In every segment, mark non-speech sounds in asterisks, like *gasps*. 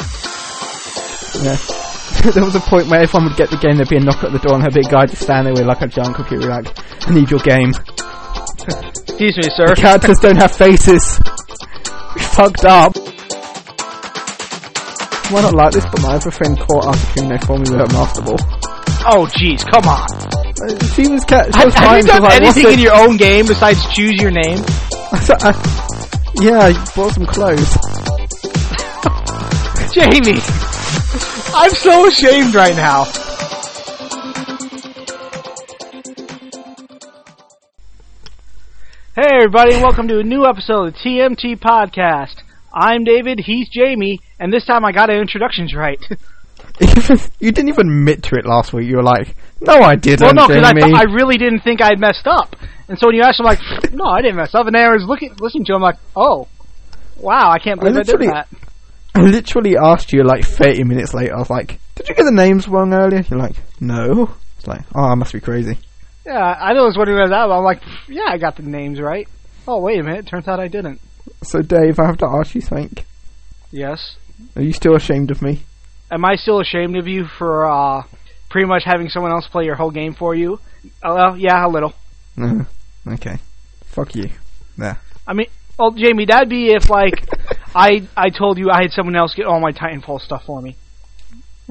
Yeah. *laughs* there was a point where everyone would get the game, there'd be a knock at the door, and a big guy just stand there with like a giant computer, like, I need your game. Excuse me, sir. Characters don't have faces. We fucked up. Might not like this, but my other friend caught Articuno for me with a master ball. *laughs* Oh, jeez, come on. Uh, She was ca- she Have, was fine, she have you was done like, "What's anything in it?" your own game besides choose your name? *laughs* uh, Yeah, I bought some clothes. *laughs* *laughs* Jamie! I'm so ashamed right now. Hey, everybody, and welcome to a new episode of the TMT Podcast. I'm David, he's Jamie, and this time I got our introductions right. *laughs* you didn't even admit to it last week. You were like, "No, I didn't." well, no, because I, Jamie." th- I really didn't think I'd messed up. And so when you asked, I'm like, no, I didn't mess up. And then I was looking, listening to him, like, oh, wow, I can't believe I, did literally- that. I literally asked you like 30 minutes later. I was like, "Did you get the names wrong earlier?" You're like, "No." It's like, "Oh, I must be crazy." Yeah, I know it's what he was out. but I'm like, yeah, I got the names right. Oh, wait a minute, turns out I didn't. So, Dave, I have to ask you something. Yes. Are you still ashamed of me? Am I still ashamed of you for uh, pretty much having someone else play your whole game for you? Oh, well, yeah, a little. No. Okay. Fuck you. There. I mean, well, Jamie, that'd be if like I I told you I had someone else get all my Titanfall stuff for me.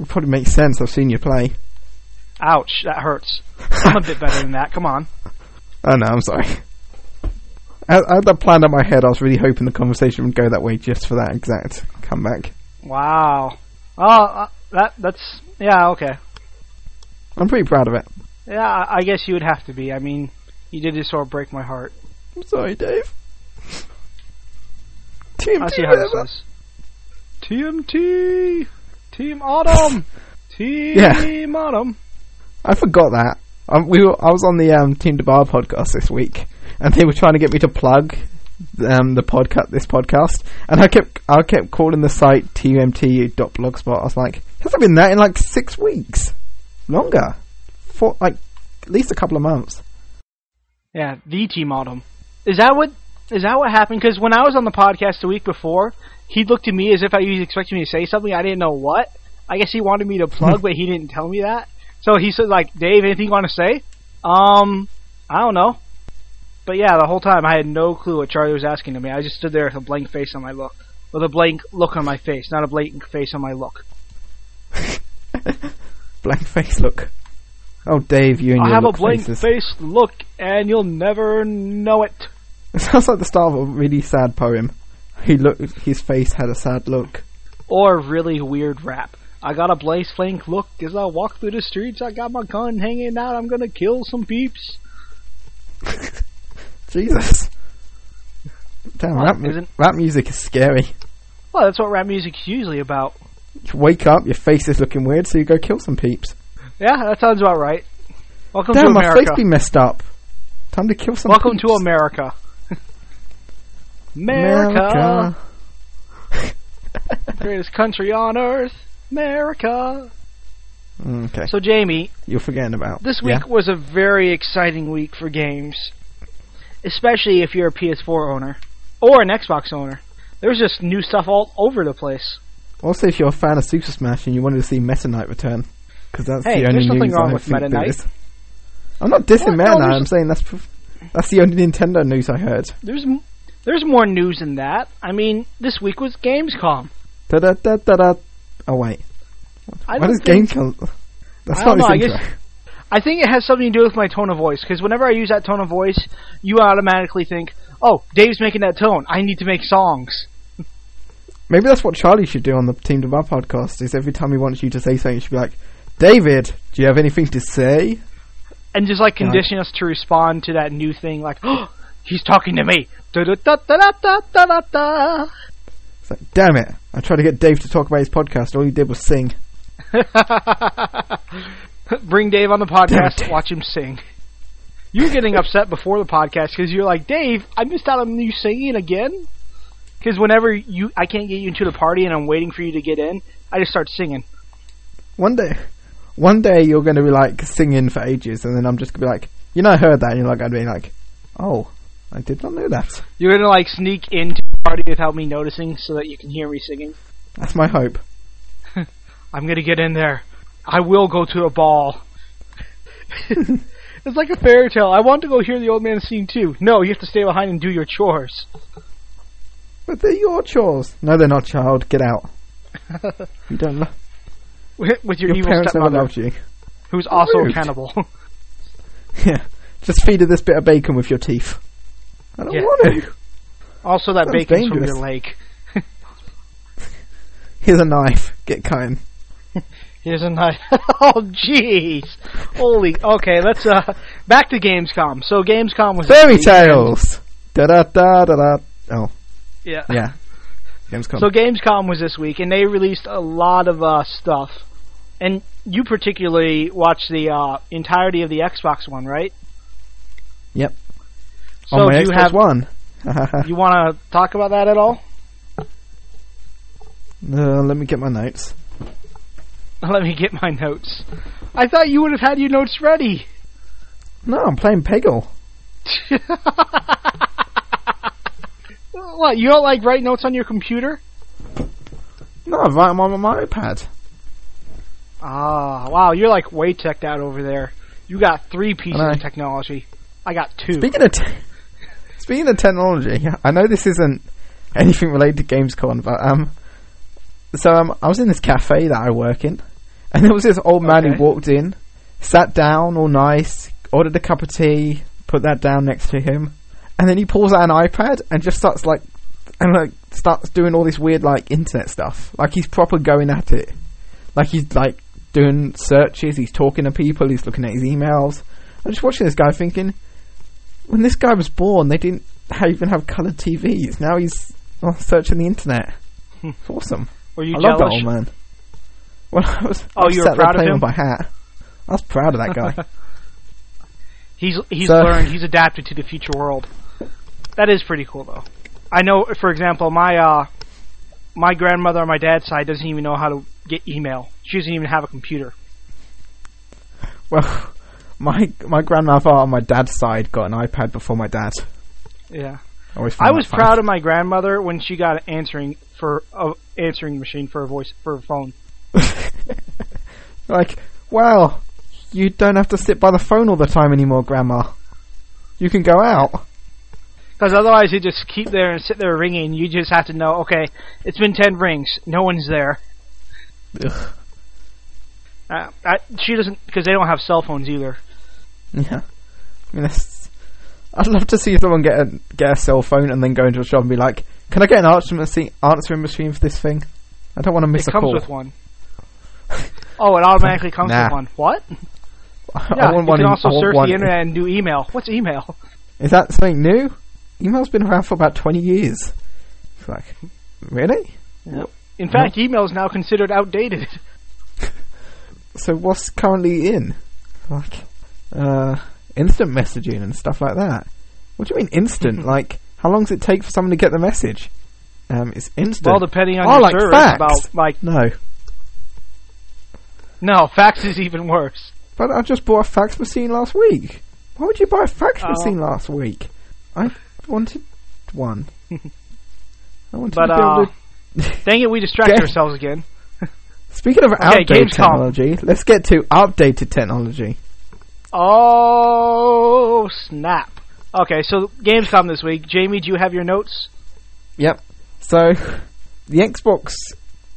It probably makes sense. I've seen you play. Ouch, that hurts. I'm a *laughs* bit better than that. Come on. Oh no, I'm sorry. I, I had that planned in my head. I was really hoping the conversation would go that way just for that exact comeback. Wow. Oh, uh, that that's yeah okay. I'm pretty proud of it. Yeah, I I guess you would have to be. I mean, you did just sort of break my heart. I'm sorry, Dave. *laughs* Team I see how this is. TMT, *laughs* Team Autumn, Team Yeah. Autumn. I forgot that. Um, we were, I was on the um, Team Debar podcast this week, and they were trying to get me to plug um, the podcast, this podcast, and I kept I kept calling the site tmtu.blogspot. I was like, hasn't been that in like six weeks, longer, for like at least a couple of months. Yeah, the E Team Autumn. Is that what? Is that what happened? Because when I was on the podcast the week before, he looked at me as if I, he was expecting me to say something. I didn't know what. I guess he wanted me *laughs* to plug, but he didn't tell me that. So he said, like, Dave, anything you want to say? Um, I don't know. But yeah, the whole time I had no clue what Charlie was asking of me. I just stood there with a blank face on my look, with a blank look on my face, not a blatant face on my look. Blank *laughs* face look. Oh, Dave, you and I your have a look blank faces. face look, and you'll never know it. It *laughs* sounds like the start of a really sad poem. He looked. His face had a sad look. Or really weird rap. I got a blank blank look as I walk through the streets. I got my gun hanging out. I'm gonna kill some peeps. Jesus. Damn, Well, rap, mu- isn't- rap music is scary. Well, that's what rap music's usually about. You wake up, your face is looking weird, so you go kill some peeps. Yeah, that sounds about right. Welcome to Damn, my America. face be messed up. Time to kill some *laughs* Welcome peeps. to America. *laughs* America, greatest country on earth. America. America. Mm, Okay, So Jamie, you're forgetting about. This week Yeah. was a very exciting week for games, especially if you're a PS4 owner or an Xbox owner. There's just new stuff all over the place. Also, if you're a fan of Super Smash and you wanted to see Meta Knight return, because that's Hey, the only there's nothing news wrong I with think Meta there Knight. is. I'm not dissing What? No, Meta Knight. there's- I'm saying that's prof- that's the only Nintendo news I heard. There's m- there's more news than that. I mean, this week was Gamescom. Da da da da da. Oh wait, I what don't is Game think- Kill? That's I don't not know, I his guess- intro. I think it has something to do with my tone of voice because whenever I use that tone of voice, you automatically think, "Oh, Dave's making that tone. I need to make songs." Maybe that's what Charlie should do on the Team Debar podcast. Is every time he wants you to say something, he should be like, "David, do you have anything to say?" and just like condition us to respond to that new thing, like, *gasps* oh, he's talking to me. Da-da-da-da-da-da-da-da. It's like, "Damn it! I tried to get Dave to talk about his podcast. All he did was sing." *laughs* Bring Dave on the Damn it, podcast, Dave. watch him sing. You're getting upset before the podcast because you're like, Dave, I missed out on you singing again. Because whenever you, I can't get you into the party and I'm waiting for you to get in, I just start singing. One day, one day you're going to be like singing for ages, and then I'm just going to be like, "You know, I heard that." And you're like, "I'd be like, oh, I did not know that." You're gonna like sneak into the party without me noticing, so that you can hear me singing. That's my hope. I'm gonna get in there. I will go to a ball. *laughs* it's like a fairy tale. I want to go hear the old man sing too. No, you have to stay behind and do your chores. *laughs* But they're your chores. No, they're not, child. Get out. you don't love With with your, your evil parents never stepmother, loved you. who's also a Rude. cannibal. *laughs* Yeah. Just feed her this bit of bacon with your teeth. I don't Yeah. want to. also, that Sounds bacon's from dangerous. your lake. Here's a knife. Get cutting. Here's a knife. *laughs* oh, jeez. Holy. Okay, let's uh back to Gamescom. So Gamescom was Fairy tales. Da da da da da. Oh Yeah. yeah. Gamescom. So Gamescom was this week, and they released a lot of uh, stuff. And you particularly watched the uh, entirety of the Xbox one, right? yep. So On Oh, my do you Xbox have One. *laughs* you want to talk about that at all? *laughs* uh, let me get my notes. Let me get my notes. I thought you would have had your notes ready. No, I'm playing Peggle. *laughs* What? You don't like write notes on your computer? No, I write 'em on my iPad. Ah, wow. You're like way teched out over there. You got three pieces I know. of technology. I got two. Speaking of te- *laughs* speaking of technology, I know this isn't anything related to Gamescom, but um, so um, I was in this cafe that I work in, and there was this old man Okay. who walked in, sat down, all nice, ordered a cup of tea, put that down next to him, and then he pulls out an iPad and just starts like and like starts doing all this weird like internet stuff. Like he's proper going at it. Like he's like doing searches, he's talking to people, he's looking at his emails. I'm just watching this guy thinking, when this guy was born, they didn't ha- even have colored TVs. Now he's oh, searching the internet. It's awesome. Were you I love jealous? that old man. Well, I was, Oh, I was you were sat there proud of playing him? with my hat. I was proud of that *laughs* guy. He's he's So- learned. He's adapted to the future world. That is pretty cool, though. I know, for example, my uh, my grandmother on my dad's side doesn't even know how to get email. She doesn't even have a computer. well, my my grandmother on my dad's side got an iPad before my dad. Yeah, I, always I was proud of my grandmother when she got an answering for a answering machine for a voice for a phone. Like, wow, you don't have to sit by the phone all the time anymore, Grandma. You can go out. Because otherwise, you just keep there and sit there ringing. You just have to know, okay, it's been ten rings. No one's there. Ugh. Uh, I, she doesn't because they don't have cell phones either. Yeah, I mean, that's, I'd love to see someone get a get a cell phone and then go into a shop and be like, "Can I get an answering machine, answering machine for this thing? I don't want to miss it a comes call. with one. Oh, it automatically comes Nah. with one. What? I Yeah, want you one can in- *laughs* also I want surf one the in- internet and do email. What's email? Is that something new? Email's been around for about twenty years. It's like, really? In fact, email is now *laughs* considered outdated. So what's currently in? Like, uh, instant messaging and stuff like that. What do you mean instant? Mm-hmm. like, how long does it take for someone to get the message? Um, it's instant. Well, depending on Oh, I your like service, fax. about like no, no, fax is even worse. but I just bought a fax machine last week. Why would you buy a fax Oh. machine last week? I wanted *laughs* one. I wanted But to be able uh, to- dang it, we distracted Okay. ourselves again. Speaking of outdated Gamescom. technology, let's get to updated technology. Oh snap! Okay, so Gamescom this week. Jamie, do you have your notes? Yep. So the Xbox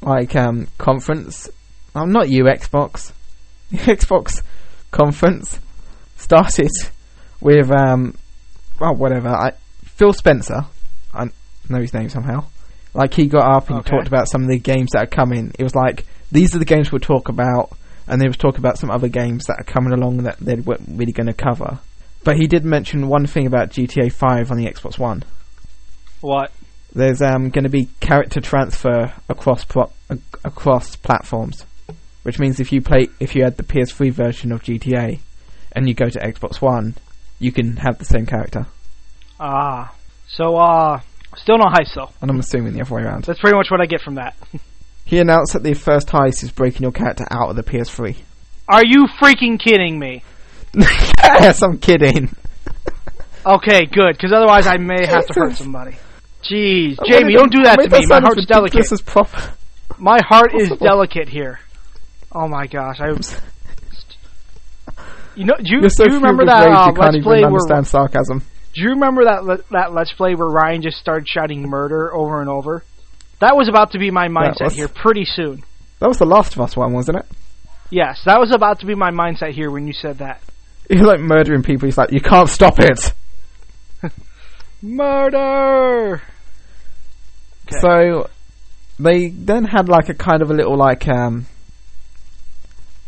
like um conference I'm not you Xbox. *laughs* The Xbox conference started with um well whatever. I Phil Spencer. I know his name somehow. Like he got up and Okay. talked about some of the games that are coming. It was like these are the games we'll talk about and they was talking about some other games that are coming along that they weren't really going to cover. But he did mention one thing about GTA 5 on the Xbox 1 What? there's um, going to be character transfer across pro- ac- across platforms, which means if you play if you had the PS3 version of GTA and you go to Xbox One, you can have the same character. Ah, so uh, still no heist though. And I'm assuming the other way around. That's pretty much what I get from that. He announced that the first heist is breaking your character out of the PS3. Are you freaking kidding me? *laughs* yes, I'm kidding. Okay, good, because otherwise I may have to *laughs* hurt Jesus. somebody. Jeez, I *laughs* Jamie, made don't do that I to made me. My sound as heart's ridiculous delicate. As proper. My heart is possible. delicate here. Oh my gosh, I. You know, do you, You're so do you filled remember with that rage, uh, you can't Let's Play even where understand sarcasm. Do you remember that le- that Let's Play where Ryan just started shouting murder over and over? That was about to be my mindset was- here pretty soon. That was the Last of Us one, wasn't it? *laughs* Yes, that was about to be my mindset here when you said that. He's like murdering people. He's like, you can't stop it. Murder. Okay. So they then had like a kind of a little like um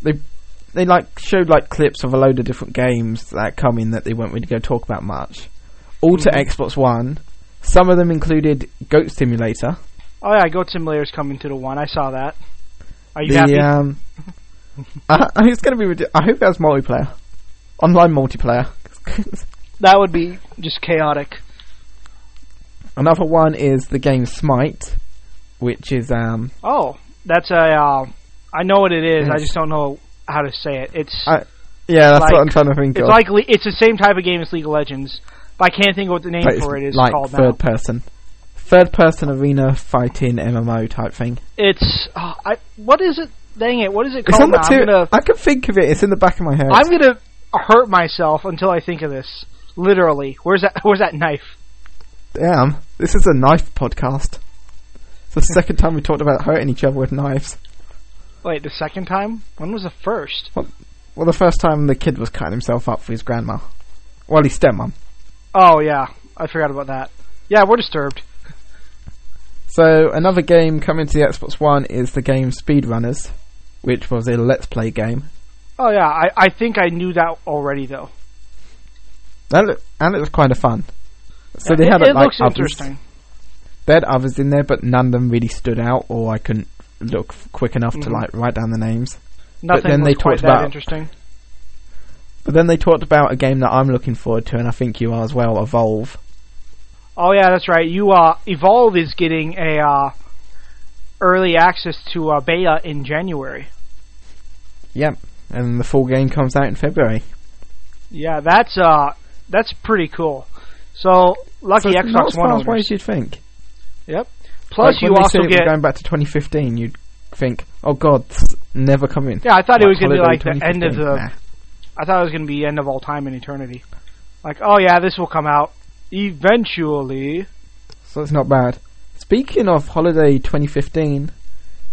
they they like showed like clips of a load of different games that come in that they weren't really going to talk about much. All to Mhm. Xbox One. Some of them included Goat Simulator. Oh yeah, Goat Simulator's coming to the one. I saw that. Are you the happy? *laughs* um, I, I- it's going to be. ridic- I hope that's multiplayer, online multiplayer. *laughs* that would be just chaotic. Another one is the game Smite, which is um, Oh, that's a. Uh, I know what it is. I Yes. just don't know how to say it. It's I- yeah, that's what I'm Like- trying to think it's of. like Le- it's the same type of game as League of Legends, but I can't think of what the name But it's for it is like called third now. person, third person arena fighting MMO type thing. It's oh, I. What is it? Dang it! What is it It's called on the now? tip- I'm gonna I can think of it. It's in the back of my head. I'm gonna hurt myself until I think of this. Literally, where's that? *laughs* Where's that knife? Damn, um, this is a knife podcast. It's the second time we talked about hurting each other with knives. Wait, the second time? When was the first? Well, the first time the kid was cutting himself up for his grandma. Well, his stepmom. Oh yeah, I forgot about that. Yeah, we're disturbed. So another game coming to the Xbox One is the game Speedrunners, which was a Let's Play game. Oh yeah, I, I think I knew that already though. That look, and it was kind of fun. So Yeah, they it, had it like looks others. interesting. They had others in there, but none of them really stood out, or I couldn't look f- quick enough to Mhm. like write down the names. Nothing then was they quite talked that about- interesting. But then they talked about a game that I'm looking forward to, and I think you are as well. Evolve. Oh yeah, that's right. You uh, evolve is getting a uh, early access to uh, beta in January. Yep. And the full game comes out in February. Yeah, that's uh, that's pretty cool. So lucky so it's not Xbox as One far away owners. as you'd think. Yep. Plus, Like, you when they also said it was get going back to 2015. You'd think, oh god, it's never coming. Yeah, I thought it Like, was going to be holiday like the end of 2015. the. Nah. I thought it was going to be end of all time and eternity. Like, oh yeah, this will come out eventually. So it's not bad. Speaking of holiday 2015,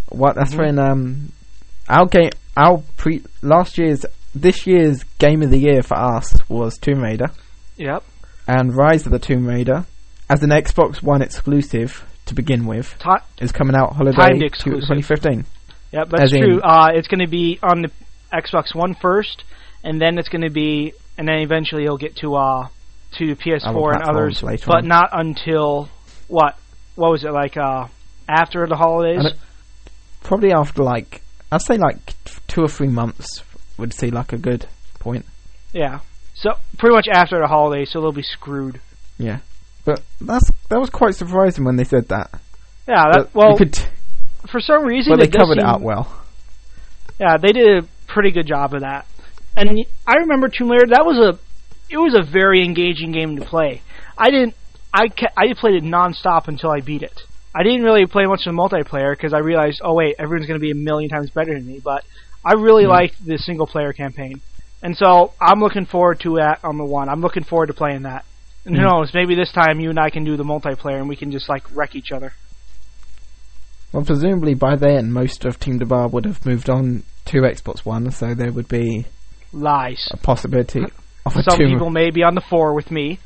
what that's Mm-hmm. when um our game our pre last year's this year's game of the year for us was Tomb Raider Yep. and Rise of the Tomb Raider as an Xbox One exclusive to begin with Ti- is coming out Timed holiday to- exclusive. 2015. yep, that's As in- true. Uh, it's going to be on the Xbox One first, and then it's going to be, and then eventually it'll get to uh to PS4 and platforms others, later but on. not until what? What was it like? Uh, after the holidays. And it- Probably after like I'd say like t- two or three months would see like a good point. yeah. So pretty much after the holidays, so they'll be screwed. Yeah, but that's that was quite surprising when they said that. Yeah. That, But you Uh, well, could t- for some reason, but they it does covered it seem- up well. Yeah, they did a pretty good job of that. And I remember Tomb Raider. That was a it was a very engaging game to play. I didn't I ca- I played it nonstop until I beat it. I didn't really play much of the multiplayer because I realized, oh wait, everyone's going to be a million times better than me. But I really liked the single player campaign, and so I'm looking forward to that on the one. I'm looking forward to playing that. And Who Mm. knows? Maybe this time you and I can do the multiplayer and we can just like wreck each other. Well, presumably by then, most of Team DeBar would have moved on to Xbox One, so there would be Lies. a possibility of a Some two. people may be on the four with me.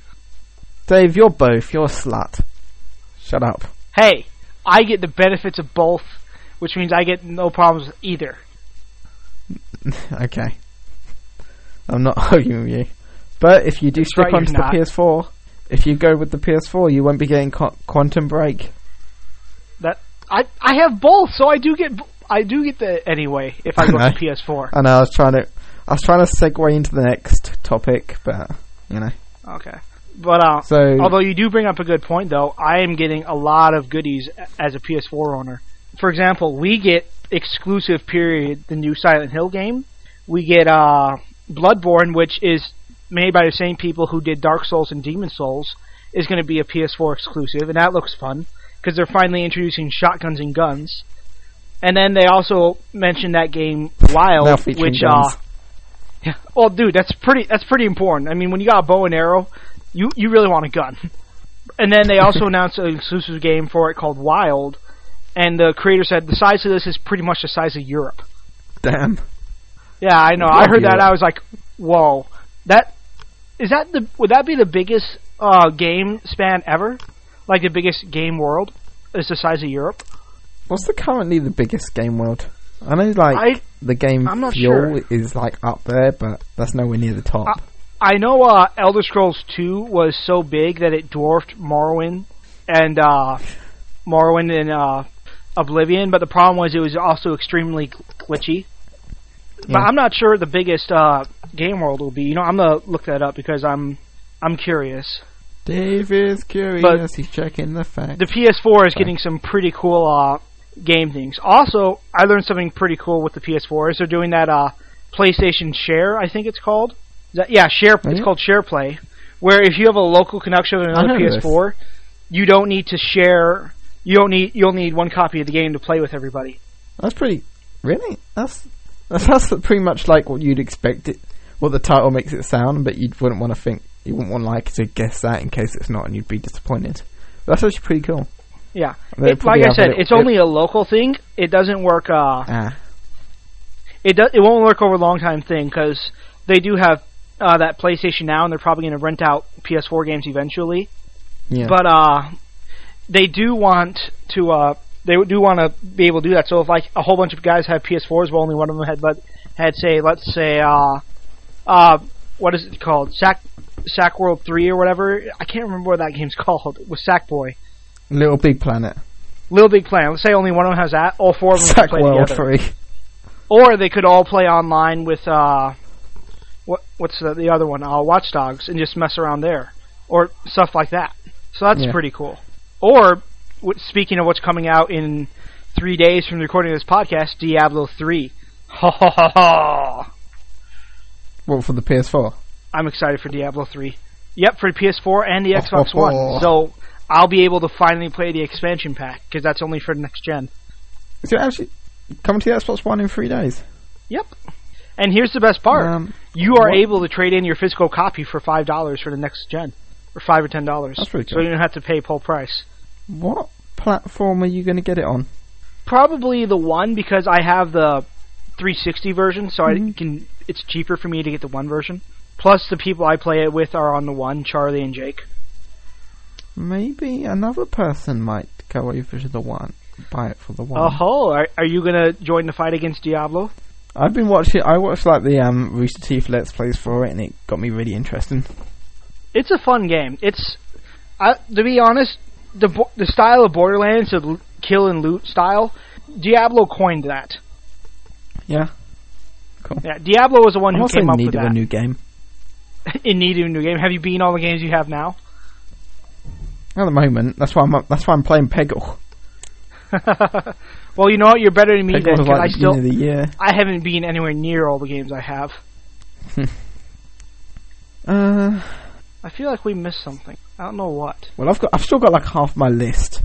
Dave, you're both. You're a slut. Shut up. *laughs* hey, I get the benefits of both, which means I get no problems with either. Okay. I'm not *laughs* arguing with you. But if you do That's stick right, onto the you're not. PS4, if you go with the PS4, you won't be getting Qu- Quantum Break. That I I have both, so I do get b- I do get the anyway if I go I to know. PS4. I know. I was trying to. I was trying to segue into the next topic, but you know. Okay, but uh, So although you do bring up a good point though, I am getting a lot of goodies a- as a PS4 owner. For example, we get exclusive period the new Silent Hill game. We get uh Bloodborne, which is made by the same people who did Dark Souls and Demon Souls, is going to be a PS4 exclusive, and that looks fun because they're finally introducing shotguns and guns. And then they also mentioned that game Now Wild, featuring which uh, guns. yeah. Well, dude, that's pretty. That's pretty important. I mean, when you got a bow and arrow, you you really want a gun. *laughs* And then they also announced an exclusive game for it called Wild, and the creator said the size of this is pretty much the size of Europe. Damn. Yeah, I know. I Love heard that. Europe. I was like, whoa, that is that the would that be the biggest uh, game span ever? Like the biggest game world is the size of Europe. What's the currently the biggest game world? I know like I- the game I'm not Fuel is like up there, but that's nowhere near the top. Uh, I know uh, Elder Scrolls Two was so big that it dwarfed Morrowind and uh, Morrowind and uh, Oblivion, but the problem was it was also extremely glitchy. But Yeah. I'm not sure the biggest uh, game world will be. You know, I'm gonna look that up because I'm I'm curious. Dave is curious. But- He's checking the facts. The PS4 is getting some pretty cool uh, game things. Also, I learned something pretty cool with the PS4 is they're doing that uh, PlayStation Share, I think it's called. Is that- yeah, Share. It's yeah? called Share Play, where if you have a local connection with another heard of PS4, you don't need to share. You don't need. You'll need one copy of the game to play with everybody. That's pretty. Really? That's that's, that's pretty much like what you'd expect it. What the title makes it sound, but you wouldn't want to think. You wouldn't want like to guess that in case it's not, and you'd be disappointed. That's actually pretty cool. Yeah, They It- probably like I have said, it- it's it- only a local thing. It doesn't work. Uh, Ah, it does, it won't work over a long time thing because they do have uh, that PlayStation now, and they're probably going to rent out PS4 games eventually. yeah. But uh, they do want to. Uh, they do want to be able to do that. So if like a whole bunch of guys have PS4s, but only one of them had let had say let's say uh, uh, what is it called Sack Sack World Three or whatever. I can't remember what that game's *laughs* called. It was Sackboy. Little Big Planet, Little Big Planet. Let's say only one of them has that. All four of them can Sack play World together. Three. Or they could all play online with uh, what what's the, the other one? Uh, Watch Dogs, and just mess around there, or stuff like that. So that's Yeah. pretty cool. Or w- speaking of what's coming out in three days from the recording of this podcast, Diablo three. Ha ha ha ha! What for the PS4? I'm excited for Diablo three. Yep, for PS4 and the Ho, ho, Xbox ho. One. So I'll be able to finally play the expansion pack because that's only for next gen. Is it actually coming to the Xbox One in three days? Yep. And here's the best part. Um, you are what- able to trade in your physical copy for five dollars for the next gen, or five or ten dollars. That's pretty So cool. you don't have to pay full price. What platform are you going to get it on? Probably the one because I have the 360 version, so Mm-hmm. I can. It's cheaper for me to get the one version. Plus, the people I play it with are on the one, Charlie and Jake. Maybe another person might go over to the one, buy it for the one. Oh, ho! Are, are you gonna join the fight against Diablo? I've been watching. I watched like the um, Rooster Teeth Let's Plays for it, and it got me really interested. It's a fun game. It's, I, to be honest, the bo- the style of Borderlands, the l- kill and loot style, Diablo coined that. Yeah, Yeah, Diablo was the one I'm who also came in up need with of that. a new game. in need of a new game. Have you beaten all the games you have now? *laughs* At the moment, that's why I'm up, that's why I'm playing Peggle. well, you know what? You're better than me Peggle then, was 'cause like I the still beginning of the year. I haven't been anywhere near all the games I have. Uh, I feel like we missed something. I don't know what. well, I've got I've still got like half my list.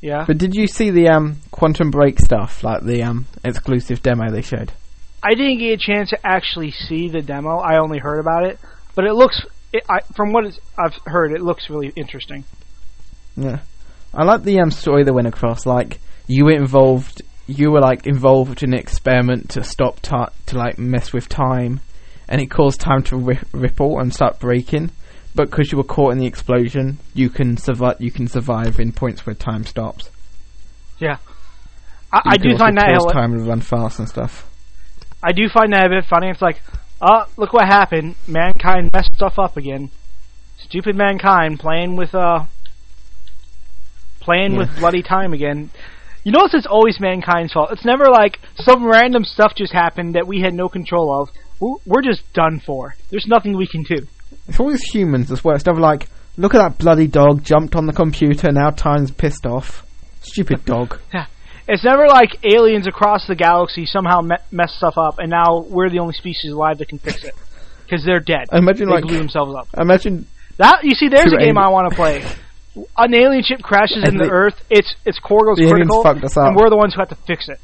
Yeah, But did you see the um Quantum Break stuff, like the um exclusive demo they showed? I didn't get a chance to actually see the demo. I only heard about it, but it looks. It, I, from what it's, I've heard, it looks really interesting. Yeah, I like the um story they went across. Like you were involved, you were like involved in an experiment to stop ti to like mess with time, and it caused time to ri- ripple and start breaking. But because you were caught in the explosion, you can survive. You can survive in points where time stops. I, I You can do also find that pause hella- time and run fast and stuff. I do find that a bit funny. It's like, uh, look what happened. Mankind messed stuff up again. Stupid mankind playing with uh playing Yeah. *laughs* with bloody time again. You notice it's always mankind's fault. It's never like some random stuff just happened that we had no control of. We're, we're just done for. There's nothing we can do. It's always humans as well. It's never like, look at that bloody dog jumped on the computer. Now time's pissed off. Stupid *laughs* dog. It's never like aliens across the galaxy somehow me- mess stuff up, and now we're the only species alive that can *laughs* fix it because they're dead. Imagine they like, blew themselves up. imagine That you see, there's Too a game angry. I want to play. an alien ship crashes I into the think- Earth. It's it's core goes The aliens critical, fucked us up. and we're the ones who have to fix it.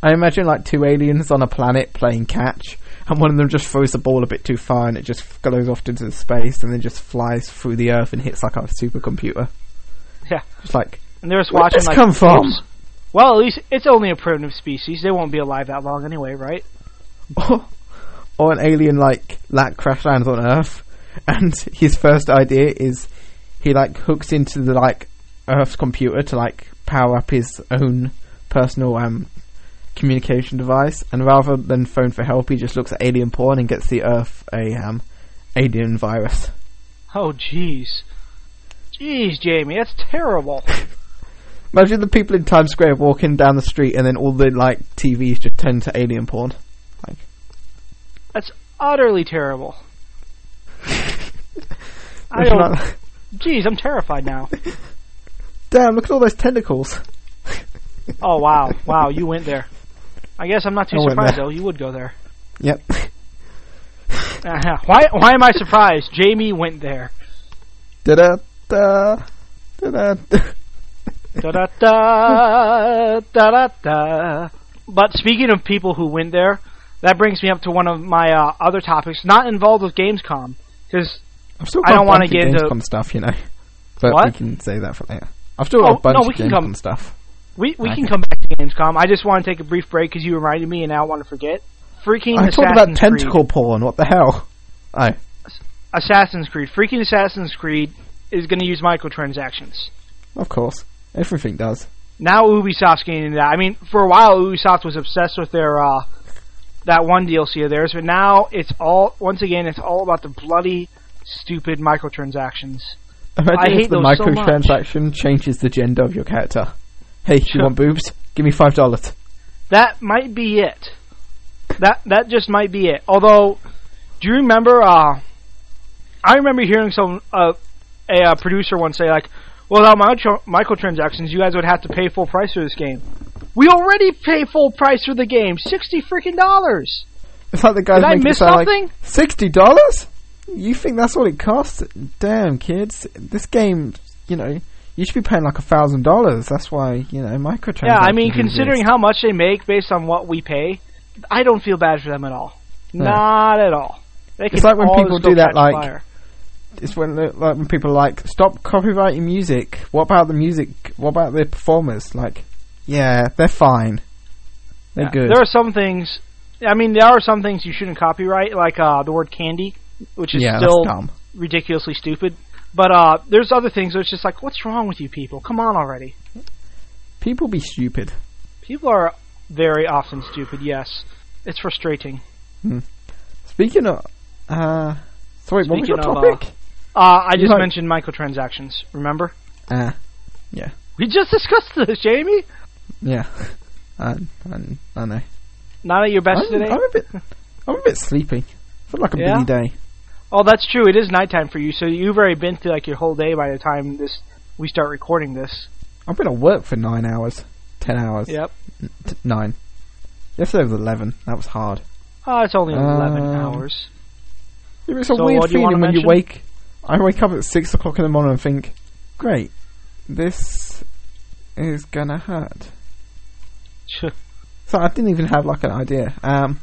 I imagine like two aliens on a planet playing catch, and one of them just throws the ball a bit too far, and it just goes off into space, and then just flies through the Earth and hits like a supercomputer. Yeah. Just like And they're just Where'd watching this like come from? oops. Well, at least it's only a primitive species. They won't be alive that long anyway, right? or, *laughs* or an alien like that crash lands on Earth, and *laughs* his first idea is he like hooks into the like Earth's computer to like power up his own personal um communication device, and rather than phone for help, he just looks at alien porn and gets the Earth a um alien virus. *laughs* Oh, jeez, jeez, Jamie, that's terrible. Imagine the people in Times Square walking down the street, and then all the like TVs just turn to alien porn. That's *laughs* utterly terrible. I Imagine don't. that. *laughs* *laughs* Jeez, I'm terrified now. Damn! Look at all those tentacles. Oh wow, wow, you went there. I guess I'm not too I went surprised there. though. You would go there. *laughs* Yep. Uh-huh. Why? Why am I surprised? Jamie went there. Da da da da da. Da da da da da da. But speaking of people who went there, that brings me up to one of my uh, other topics, not involved with Gamescom, because I've still I got don't want wanna to get into- Gamescom stuff, you know. But we What? can say that for later. I've still Oh, got a bunch no, we of can Gamescom come- stuff. we we can Okay. come back to Gamescom. I just want to take a brief break because you reminded me, and now I want to forget. Freaking I talked about Assassin's Creed. tentacle porn. What the hell? Oh, Assassin's Creed. Freaking Assassin's Creed is going to use microtransactions. of course, everything does. Now Ubisoft's getting into that. I mean, for a while Ubisoft was obsessed with their uh, that one DLC of theirs, but now it's all once again it's all about the bloody stupid microtransactions. Imagine I if hate the those so much. microtransaction changes the gender of your character. Hey, you want boobs? Give me five dollars. That might be it. That that just might be it. Although, do you remember? Uh, I remember hearing some uh, a uh, producer once say like, "Well, without micro- microtransactions, you guys would have to pay full price for this game." We already pay full price for the game, sixty freaking dollars. It's like the guy Did I making it miss sound like something? sixty dollars. You think that's what it costs? Damn, kids, this game, you know, you should be paying like a thousand dollars. That's why you know microtransactions. yeah, I mean, exist. considering how much they make based on what we pay, I don't feel bad for them at all. No. Not at all. They It's can like when all people just go do that, catch like, fire. it's when the- like when people are like stop copywriting music. What about the music? What about the performers? Like, yeah, they're fine. They're Yeah. good. There are some things. I mean, there are some things you shouldn't copyright, like uh, the word candy, which is yeah, still that's dumb. ridiculously stupid. But uh, there's other things where it's just like, what's wrong with you people? Come on already. People be stupid. People are very often stupid. Yes, it's frustrating. Speaking of, uh, sorry, what was your Speaking of, topic? Uh, I just Right. mentioned microtransactions. Remember? Uh, We just *laughs* discussed this, Jamie. yeah, *laughs* I, I, I know. Not at your best I'm, today. I'm a bit, I'm a bit sleepy. I feel like a Yeah? busy day. Oh, that's true. It is nighttime for you, so you've already been through like your whole day by the time this we start recording this. I've been at work for nine hours, ten hours, Yep. t- nine. Yesterday was eleven. That was hard. Oh, it's only eleven Um, hours. *laughs* Yeah, but It's a So weird what do you feeling wanna when you mention? wake. I wake up at six o'clock in the morning and think, "Great, this is gonna hurt." So I didn't even have like an idea. Um,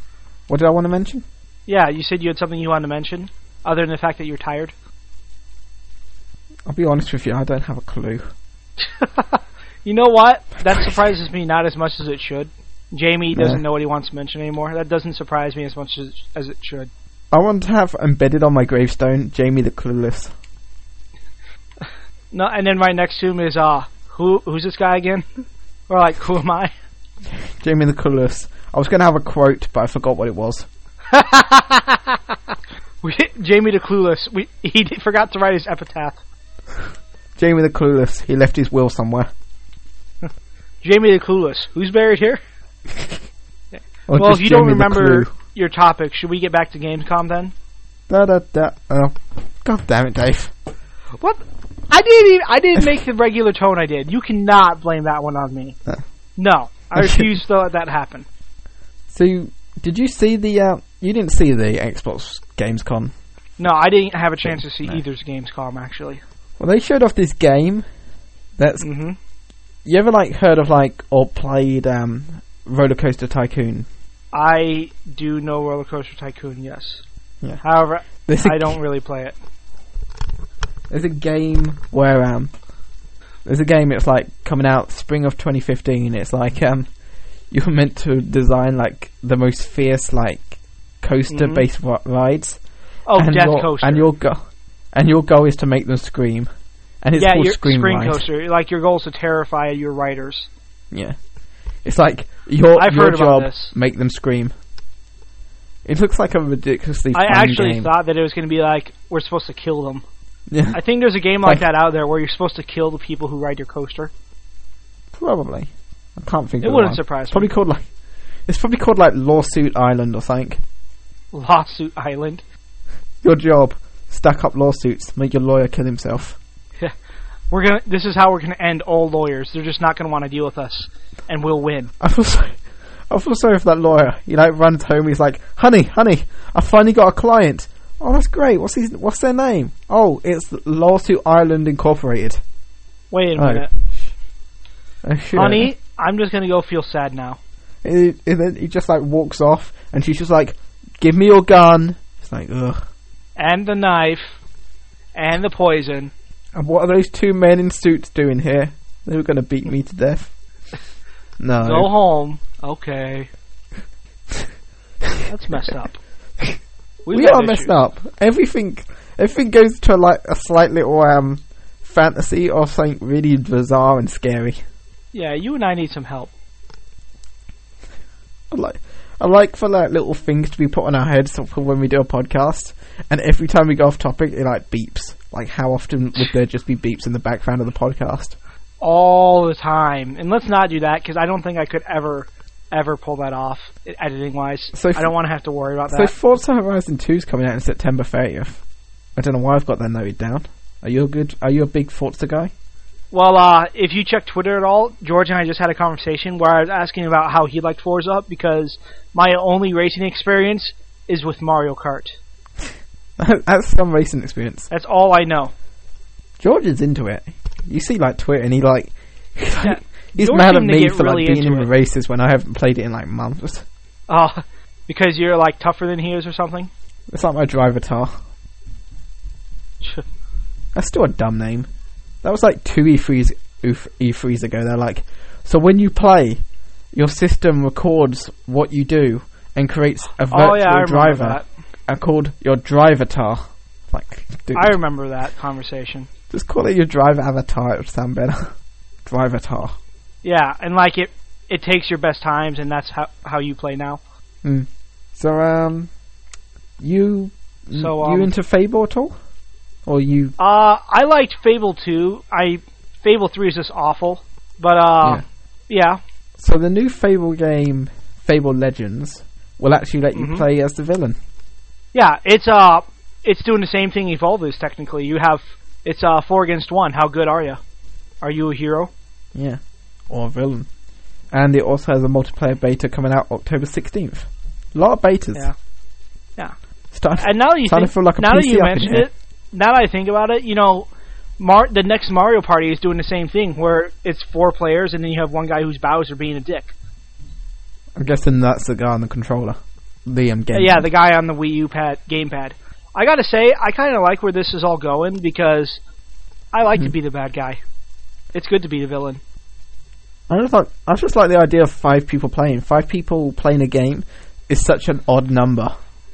what did I want to mention? Yeah, you said you had something you wanted to mention, other than the fact that you're tired. I'll be honest with you, I don't have a clue. you know what? That surprises me not as much as it should. Jamie doesn't Yeah. know what he wants to mention anymore. That doesn't surprise me as much as, as it should. I want to have embedded on my gravestone, Jamie the Clueless. No, and then right next to him is uh, who who's this guy again? *laughs* Or like, who am I? *laughs* Jamie the Clueless. I was going to have a quote, but I forgot what it was. we, Jamie the Clueless. We *laughs* he d- forgot to write his epitaph. Jamie the Clueless. He left his will somewhere. Jamie the Clueless. Who's buried here? Or well, if Oh, just you don't Jamie the remember Clue. your topic, should we get back to Gamescom then? Da, da, da. Oh, God damn it, Dave. What? I didn't. Even, I *laughs* didn't make the regular tone. I did. You cannot blame that one on me. No. No, I refuse to let that happen. So, did you see the? Uh, you didn't see the Xbox Games Con. No, I didn't have a chance to see No. either's Gamescom actually. Well, they showed off this game. That's hmm you ever like heard of like or played um, Roller Coaster Tycoon? I do know Roller Coaster Tycoon, yes. Yeah. However, There's a I don't really play it. There's a game where um, there's a game. It's like coming out spring of 2015. It's like um, you were meant to design like the most fierce like coaster-based ri- Mm-hmm. rides. Oh, and Death your, Coaster. And your goal, and your goal is to make them scream. And it's yeah, called your Scream Ride. Coaster. Like your goal is to terrify your writers. Yeah, it's like your I've your heard about job this. make them scream. It looks like a ridiculously I fun actually game. thought that it was going to be like we're supposed to kill them. *laughs* yeah, I think there's a game like Like- that out there where you're supposed to kill the people who ride your coaster. probably. I can't think. It of the wouldn't one. surprise It's probably me. called like. It's probably called like Lawsuit Island or something. Lawsuit Island. Your job: stack up lawsuits, make your lawyer kill himself. We're gonna. This is how we're gonna end all lawyers. They're just not gonna want to deal with us, and we'll win. I feel so. I feel sorry for that lawyer. He like runs home. He's like, "Honey, honey, I finally got a client. Oh, that's great. What's his? What's their name? Oh, it's Lawsuit Ireland Incorporated. Wait a Oh, minute, Oh, shit. honey. I'm just gonna go feel sad now. And he- and then he just like walks off, and she's just like, "Give me your gun." It's like, ugh. And the knife, and the poison. And what are those two men in suits doing here? They were going to beat me to death. *laughs* No. Go home. Okay. That's *laughs* messed up. We've we got are issues. messed up. Everything, everything goes to like a slight little um fantasy or something really bizarre and scary. Yeah, you and I need some help. I like, I like for like little things to be put on our heads for when we do a podcast, and every time we go off topic, it like beeps. Like, how often would there just be beeps in the background of the podcast? all the time. And let's not do that because I don't think I could ever, ever pull that off editing wise. So if- I don't want to have to worry about So that. Forza Horizon 2 is coming out on September 30th. I don't know why I've got that noted down. Are you a good? Are you a big Forza guy? *laughs* well, uh, if you check Twitter at all, George and I just had a conversation where I was asking about how he liked Forza because my only racing experience is with Mario Kart. That's some racing experience. That's all I know. George is into it. You see, like Twitter, and he like *laughs* he's, like- he's George mad at seemed to me get for really like being into in it. races when I haven't played it in like months. Uh, *laughs* because you're like tougher than he is or something. It's like my driver *laughs* tar. That's still a dumb name. That was like two E3s, oof- E3s ago. They're like, so when you play, your system records what you do and creates a virtual oh yeah, I remember driver that. uh, called your driver tar. Like, dude, I remember that conversation. just call it your driver avatar. It would sound better. *laughs* driver tar. Yeah, and like it, it takes your best times, and that's how how you play now. So um, you So, you um, into Fable at all, or you? Uh, I liked Fable two. I Fable three is just awful, but uh, yeah. So the new Fable game, Fable Legends, will actually let you Mhm. play as the villain. yeah, It's uh, it's doing the same thing Evolve is technically. You have it's uh four against one. How good are you? Are you a hero? Yeah, or a villain. And it also has a multiplayer beta coming out October sixteenth. A lot of betas. Yeah. Yeah. Start, And now that you Sounded think, for like a now that PC you up in mentioned here. it, now that I think about it, you know, Mar- the next Mario Party is doing the same thing where it's four players and then you have one guy who's Bowser being a dick. I'm guessing that's the guy on the controller. The um, game. Uh, Yeah, the guy on the Wii U pad gamepad. I gotta say, I kind of like where this is all going because I like to be the bad guy. It's good to be the villain. I just like I just like the idea of five people playing. Five people playing a game is such an odd number.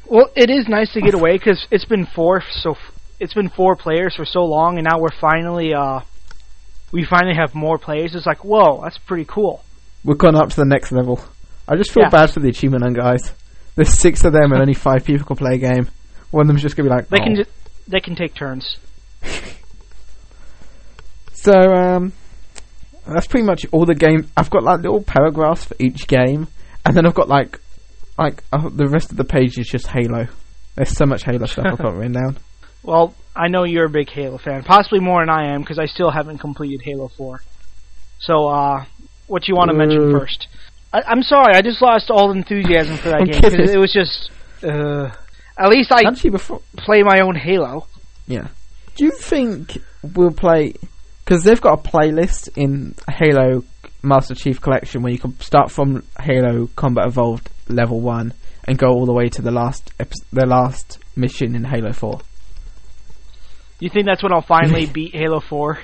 Well, it is nice to get away because it's been four so it's been four players for so long, and now we're finally uh we finally have more players. It's like whoa, that's pretty cool. We've gone up to the next level. I just feel Yeah. bad for the achievement hunt guys. There's six of them and only five people can play a game. One of them's just gonna be like, They can "Oh." ju- they can take turns. so um, that's pretty much all the game. I've got like little paragraphs for each game, and then I've got like, like uh, the rest of the page is just Halo. There's so much Halo stuff I've *laughs* got written down. Well, I know you're a big Halo fan, possibly more than I am because I still haven't completed Halo 4. So, uh, what you want to mention Ooh. first? I, I'm sorry, I just lost all enthusiasm for that I'm game 'cause kidding. it was just. Uh, at least I Actually, before play my own Halo. yeah, Do you think we'll play? Because they've got a playlist in Halo Master Chief Collection where you can start from Halo Combat Evolved Level One and go all the way to the last epi- the last mission in Halo Four. You think that's when *laughs* I'll finally beat Halo Four?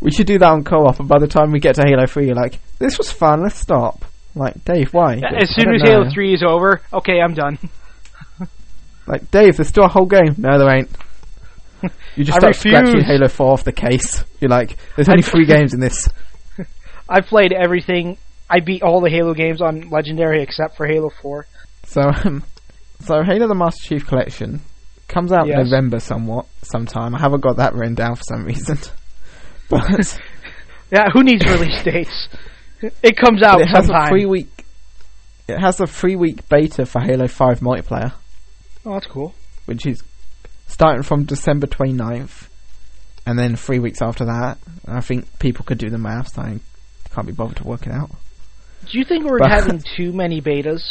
We should do that on co-op, and by the time we get to Halo Three, you're like, "This was fun. Let's stop." Like, Dave, why? As I soon don't as know." Halo Three is over, okay, I'm done. *laughs* Like, Dave, there's still a whole game. No, there *laughs* ain't. You just I start refuse. scratching Halo 4 off the case. You're like, there's only *laughs* three games in this. I played everything. I beat all the Halo games on Legendary except for Halo Four. So, um, so Halo the Master Chief Collection comes out in Yes. November somewhat, sometime. I haven't got that written down for some reason. *laughs* *laughs* But Yeah, who needs release *laughs* dates? It comes out it has a sometime. three week. It has a three week beta for Halo 5 multiplayer, oh, that's cool. which is starting from December 29th, and then three weeks after that. I think people could do the maths. I can't be bothered to work it out. Do you think we're But- having too many betas?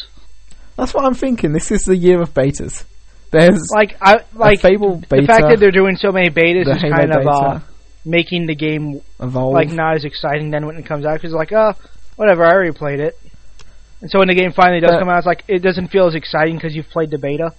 That's what I'm thinking. This is the year of betas. There's Like, I like a Fable beta, the fact that they're doing so many betas the is Halo kind of uh, beta, making the game Evolve. like not as exciting then when it comes out because like, oh, whatever, I already played it. And so when the game finally does But- come out, it's like it doesn't feel as exciting because you've played the beta.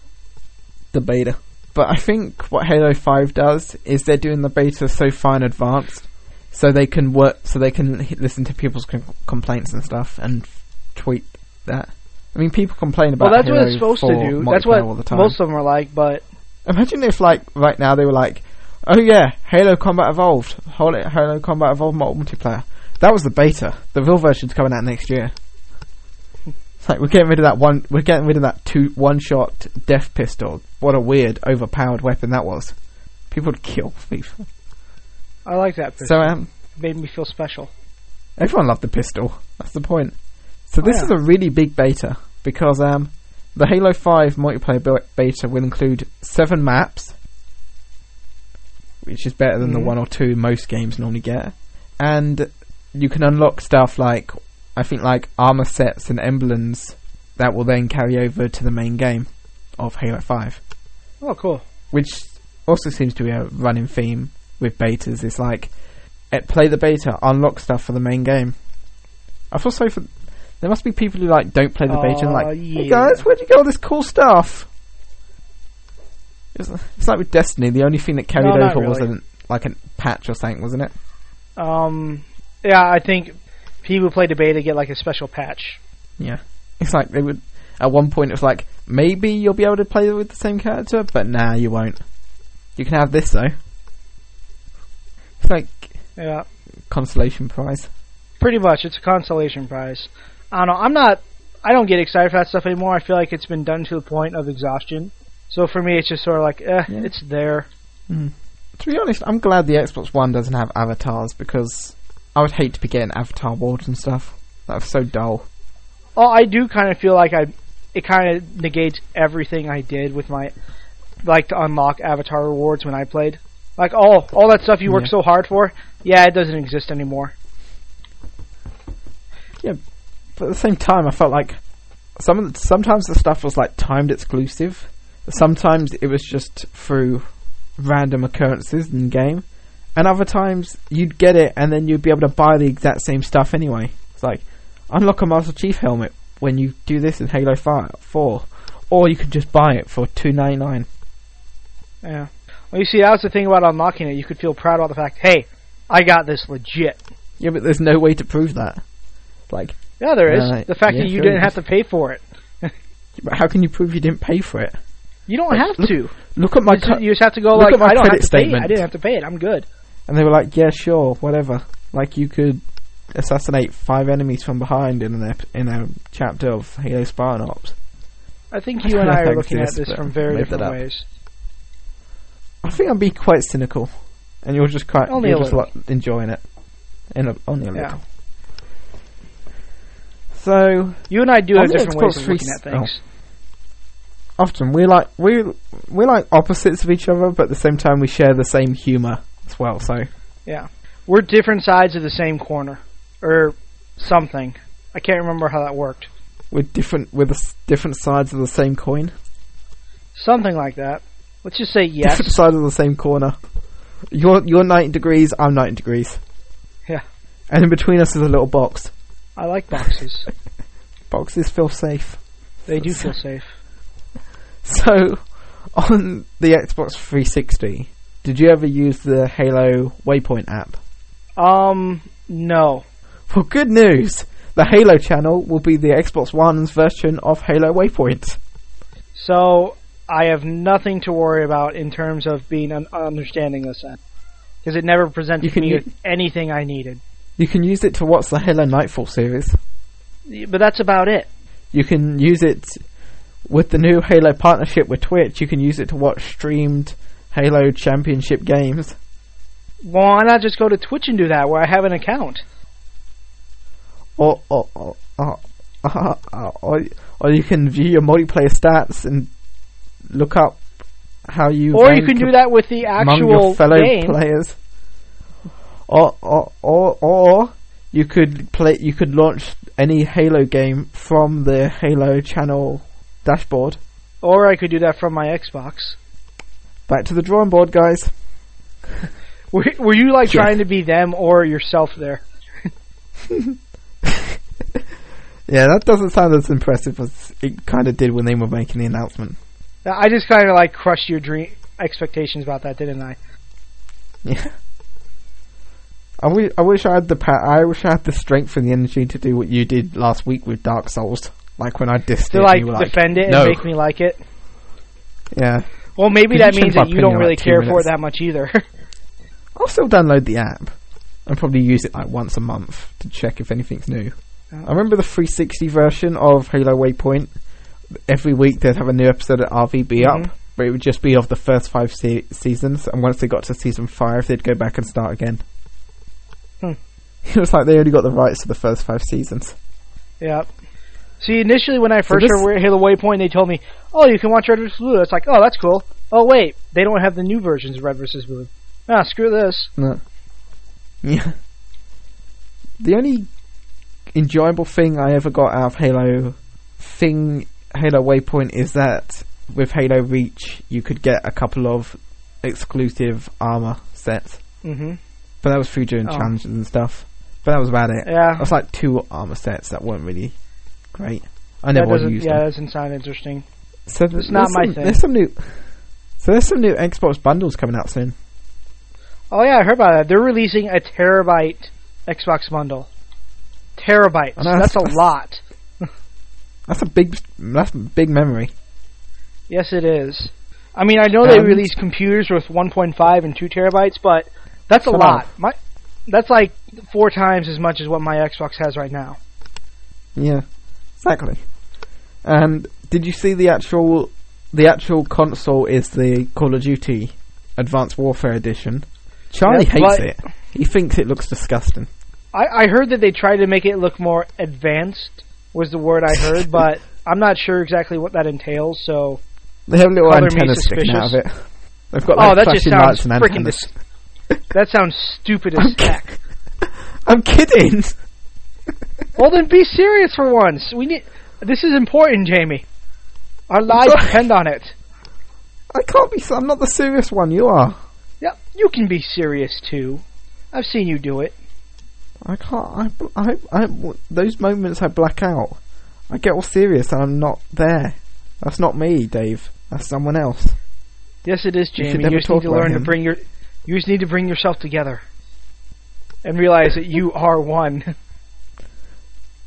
the beta. But I think what Halo Five does is they're doing the beta so far in advance, so they can work, so they can h- listen to people's com- complaints and stuff and f- tweet that. I mean, people complain about Well, that's what Halo it's supposed 4 to do. That's multiplayer what all the time. most of them are like. But Imagine if, like, right now they were like, "Oh yeah, Halo Combat Evolved, Hol- Halo Combat Evolved multiplayer." That was the beta. The real version's coming out next year. It's like we're getting rid of that one. We're getting rid of that two one-shot death pistol. What a weird, overpowered weapon that was. People would kill FIFA. I like that. So um, it made me feel special. Everyone loved the pistol. That's the point. So Oh, this yeah. is a really big beta because um, the Halo Five multiplayer be- beta will include seven maps, which is better than the Mhm. one or two most games normally get, and you can unlock stuff like I think like armor sets and emblems that will then carry over to the main game of Halo Five Oh, cool. which also seems to be a running theme with betas. It's like eh, play the beta, unlock stuff for the main game. I feel sorry for. There must be people who like don't play the beta and Aw, like, hey Uh, Oh, yeah. guys, where'd you get all this cool stuff? It's, it's like with Destiny. The only thing that carried No, not over was really. an, like a patch or something, wasn't it? Um, yeah, I think people who play the beta get like a special patch. Yeah. It's like they would. At one point, it's like maybe you'll be able to play with the same character, but nah, you won't. You can have this though. It's like Yeah, consolation prize. pretty much. It's a consolation prize. I don't know. I'm not. I don't get excited for that stuff anymore. I feel like it's been done to the point of exhaustion. So for me, it's just sort of like, eh, Yeah. it's there. To be honest, I'm glad the Xbox One doesn't have avatars because I would hate to be getting avatar wars and stuff. That's so dull. Oh, I do kind of feel like I. It kind of negates everything I did with my, like to unlock avatar rewards when I played. Like, oh, all that stuff you worked Yeah. so hard for, yeah, it doesn't exist anymore. But at the same time, I felt like some of the, sometimes the stuff was like timed exclusive. Sometimes it was just through random occurrences in game, and other times you'd get it and then you'd be able to buy the exact same stuff anyway. It's like unlock a Master Chief helmet when you do this in Halo Fi- Four, or you could just buy it for two ninety nine. Yeah. Well, you see, that was the thing about unlocking it. You could feel proud about the fact, hey, I got this legit. Yeah, but there's no way to prove that. Like, Yeah, there is. Uh, the fact yeah, that you sure. didn't have to pay for it. but how can you prove you didn't pay for it? You don't have look- to. Look at my You just- cut, you just have to go look like, at my I don't have credit to pay it. I statement. didn't have to pay it. I'm good. and they were like, "Yeah, sure, whatever." Like you could assassinate five enemies from behind in an ep- in a chapter of Halo Spartan Ops. I *laughs* think I you don't and know if I I are can looking do at this, this but from very made uh, that different up. ways. I think I'm being quite cynical, and you're just quite Only you're a just little. like, enjoying it, in a, only a Yeah. little. So You and I do On have the different Xbox ways of looking 360 at things. often we're like we we're like opposites of each other, but at the same time we share the same humor as well. So Yeah. We're different sides of the same corner. Or something. I can't remember how that worked. we're different. We're the s- different sides of the same coin. Something like that. Let's just say *laughs* yes. Different sides of the same corner. You're you're 90 degrees. I'm 90 degrees. Yeah. And in between us is a little box. I like boxes. Boxes feel safe. *laughs* They do feel safe. So, on the Xbox 360, did you ever use the Halo Waypoint app? Um, no. Well, good news! The Halo channel will be the Xbox One's version of Halo Waypoint. So I have nothing to worry about in terms of being un- understanding this end, because it never You presented can me u- with anything I needed. You can use it to watch the Halo Nightfall series. But that's about it. You can use it with the new Halo partnership with Twitch. You can use it to watch streamed Halo Championship games. Why not just go to Twitch and do that, where I have an account? Or, or, or, or, or, *laughs* or you can view your multiplayer stats and look up how you. Or you rank can do that with the among actual your fellow game. players. Or, or or or you could play you could launch any Halo game from the Halo channel dashboard. Or I could do that from my Xbox. Back to the drawing board, guys. Were, were you like Yeah. trying to be them or yourself there? Yeah, that doesn't sound as impressive as it kind of did when they were making the announcement. I just kind of like crushed your dream expectations about that, didn't I? Yeah. I wish, I wish I had the pa- I wish I had the strength and the energy to do what you did last week with Dark Souls, like when I dissed To it. like and you were like, defend it and "No." make me like it. yeah, Well, Could maybe you that change means my that you opinion don't in, really like, two care for it minutes? that much either. *laughs* I'll still download the app and probably use it like once a month to check if anything's new. Oh. I remember the 360 version of Halo Waypoint. Every week they'd have a new episode of RVB Mhm. up, but it would just be of the first five se- seasons. And once they got to season five, they'd go back and start again. Hmm. *laughs* It was like they only got the rights to the first five seasons. Yeah. See, initially when I first this- heard Halo Waypoint, they told me, "Oh, you can watch Red vs. Blue." It's like, "Oh, that's cool." Oh, wait, they don't have the new versions of Red vs. Blue. Ah, screw this. No. Yeah. The only enjoyable thing I ever got out of Halo thing Halo Waypoint is that with Halo Reach you could get a couple of exclusive armor sets. hmm But that was through doing Oh. challenges and stuff. But that was about it. Yeah, That's like two armor sets that weren't really great. I that never really doesn't. used Yeah, them. that doesn't sound interesting. So th- it's not there's my some, thing. There's some new So there's some new Xbox bundles coming out soon. Oh yeah, I heard about that. They're releasing a terabyte Xbox bundle. Terabytes. I know, That's *laughs* a that's- lot. That's a big that's a big memory. Yes, it is. I mean, I know they And- release computers with 1.5 and 2 terabytes, but that's a Come lot. My, that's like four times as much as what my Xbox has right now. Yeah, exactly. And did you see the actual the actual console is the Call of Duty Advanced Warfare Edition? Charlie Yeah, hates but- it. He thinks it looks disgusting. I, I heard that they tried to make it look more advanced was the word I *laughs* heard, but I'm not sure exactly what that entails. So, They have little Colour me antennas sticking out of it. They've got like oh, that just flashing sounds lights and freaking. antennas. Dis- that sounds stupid as heck. *laughs* *laughs* I'm kidding. Well, then be serious for once. We need. This is important, Jamie. *laughs* Our lives sorry. depend on it. I can't be. s- I'm not the serious one. You are. Yeah, you can be serious too. I've seen you do it. I can't. I, bl- I, I, w- those moments I black out. I get all serious and I'm not there. That's not me, Dave. That's someone else. Yes, it is, You should Jamie. You, never just need talk to about learn to him. bring your. You just need to bring yourself together. And realize that you are one. *laughs*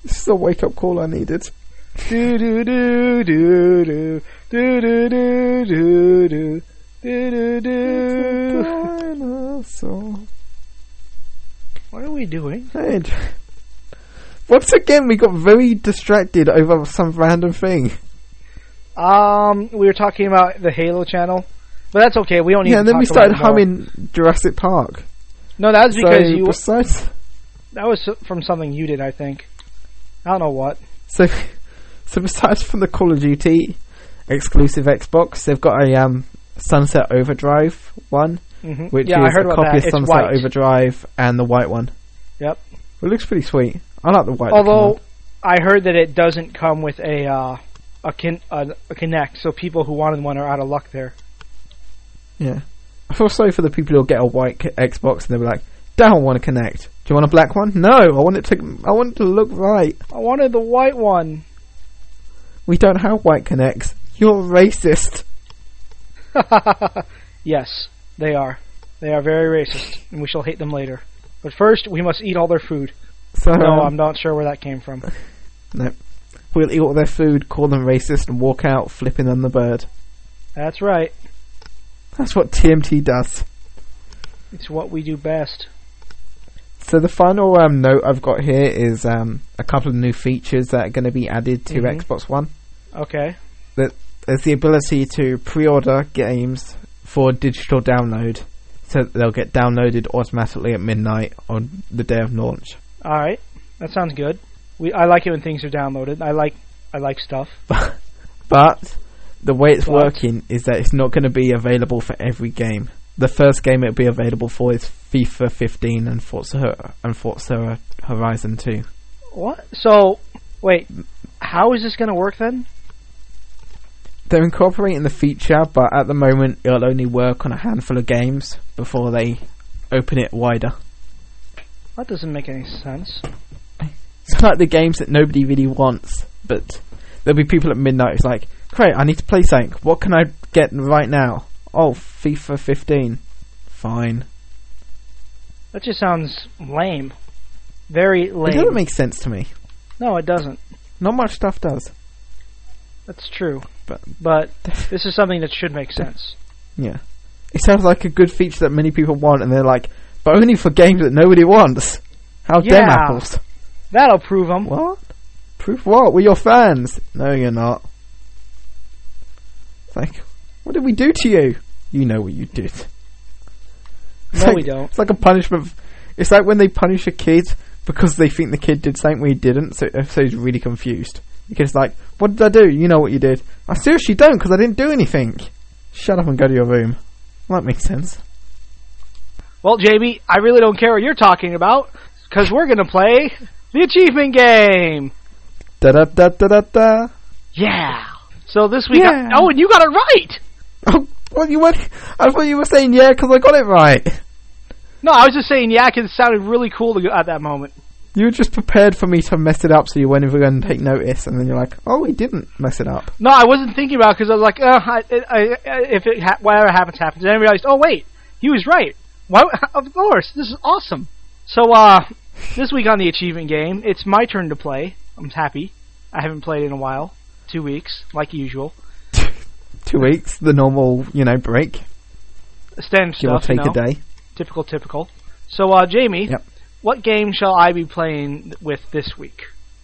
This is the wake up call I needed. do do do do do do do do do do do do do. Dinosaur. What are we doing? Hey, J- Once again, we got very distracted over some random thing. Um, we were talking about the Halo channel, but that's okay. We don't need. Yeah, to and then talk we started about it more. humming Jurassic Park. No, that was because so, you. besides, That was from something you did, I think. I don't know what. so, so besides from the Call of Duty exclusive Xbox, they've got a um, Sunset Overdrive one, hmm which yeah, is I heard a about copy that. of It's Sunset white. Overdrive and the white one. Yep. It looks pretty sweet. I like the white. Although I heard that it doesn't come with a uh, a, kin- a a connect, so people who wanted one are out of luck there. Yeah. I feel sorry for the people who'll get a white c- Xbox and they'll be like, "Don't want to connect. Do you want a black one? No, I want it to. I want it to look right. I wanted the white one. *laughs* We don't have white connects. You're racist." yes, they are. They are very racist, and we shall hate them later. But first, we must eat all their food. So No, um, I'm not sure where that came from. we'll eat all their food, call them racist, and walk out flipping on the bird. That's right. That's what TMT does. It's what we do best. So the final um, note I've got here is um, a couple of new features that are going to be added to Mhm. Xbox One. Okay. There's the ability to pre-order games for digital download, so that they'll get downloaded automatically at midnight on the day of launch. All right. That sounds good. We I like it when things are downloaded. I like I like stuff. But the way it's But- working is that it's not going to be available for every game. The first game it'll be available for is FIFA 15 and Forza and Forza Horizon 2. What? So, wait. How is this going to work then? They're incorporating the feature, but at the moment it'll only work on a handful of games before they open it wider. That doesn't make any sense. It's like the games that nobody really wants, but there'll be people at midnight who's like, Great, I need to play something. What can I get right now? Oh, FIFA 15. Fine. That just sounds lame. Very It lame. doesn't make sense to me. no, it doesn't. Not much stuff does. That's true. But- but this is something that should make sense. Yeah. It sounds like a good feature that many people want, and they're like, but only for games that nobody wants. How damn Yeah. apples. That'll prove them. What? Proof what? We're your fans. No, you're not. It's like, what did we do to you? You know what you did. It's No, like- we don't. It's like a punishment. f- It's like when they punish a kid because they think the kid did something we didn't, so, uh, so he's really confused. The kid's like, what did I do? You know what you did. I seriously don't because I didn't do anything. Shut up and go to your room. Well, that makes sense. Well, JB, I really don't care what you're talking about, because we're going to play the achievement game. Da da da da da da. Yeah. So this week, Yeah. oh, and you got it right. *laughs* Oh, well, you went. I thought you were saying yeah because I got it right. No, I was just saying, yeah, 'cause it sounded really cool to go at that moment. You were just prepared for me to mess it up, so you went over and take notice, and then you're like, "Oh, he didn't mess it up." No, I wasn't thinking about because I was like, uh, I, I, I, if it ha- whatever happens, happens. And I realized, oh wait, he was right. Why? *laughs* Of course, this is awesome. So, uh, this week on the achievement game, it's my turn to play. I'm happy. I haven't played in a while, two weeks, like usual. Two weeks, the normal, you know, break. Stand Give or stuff, you take know, a day. typical, typical. So, uh, Jamie, Yep. what game shall I be playing with this week?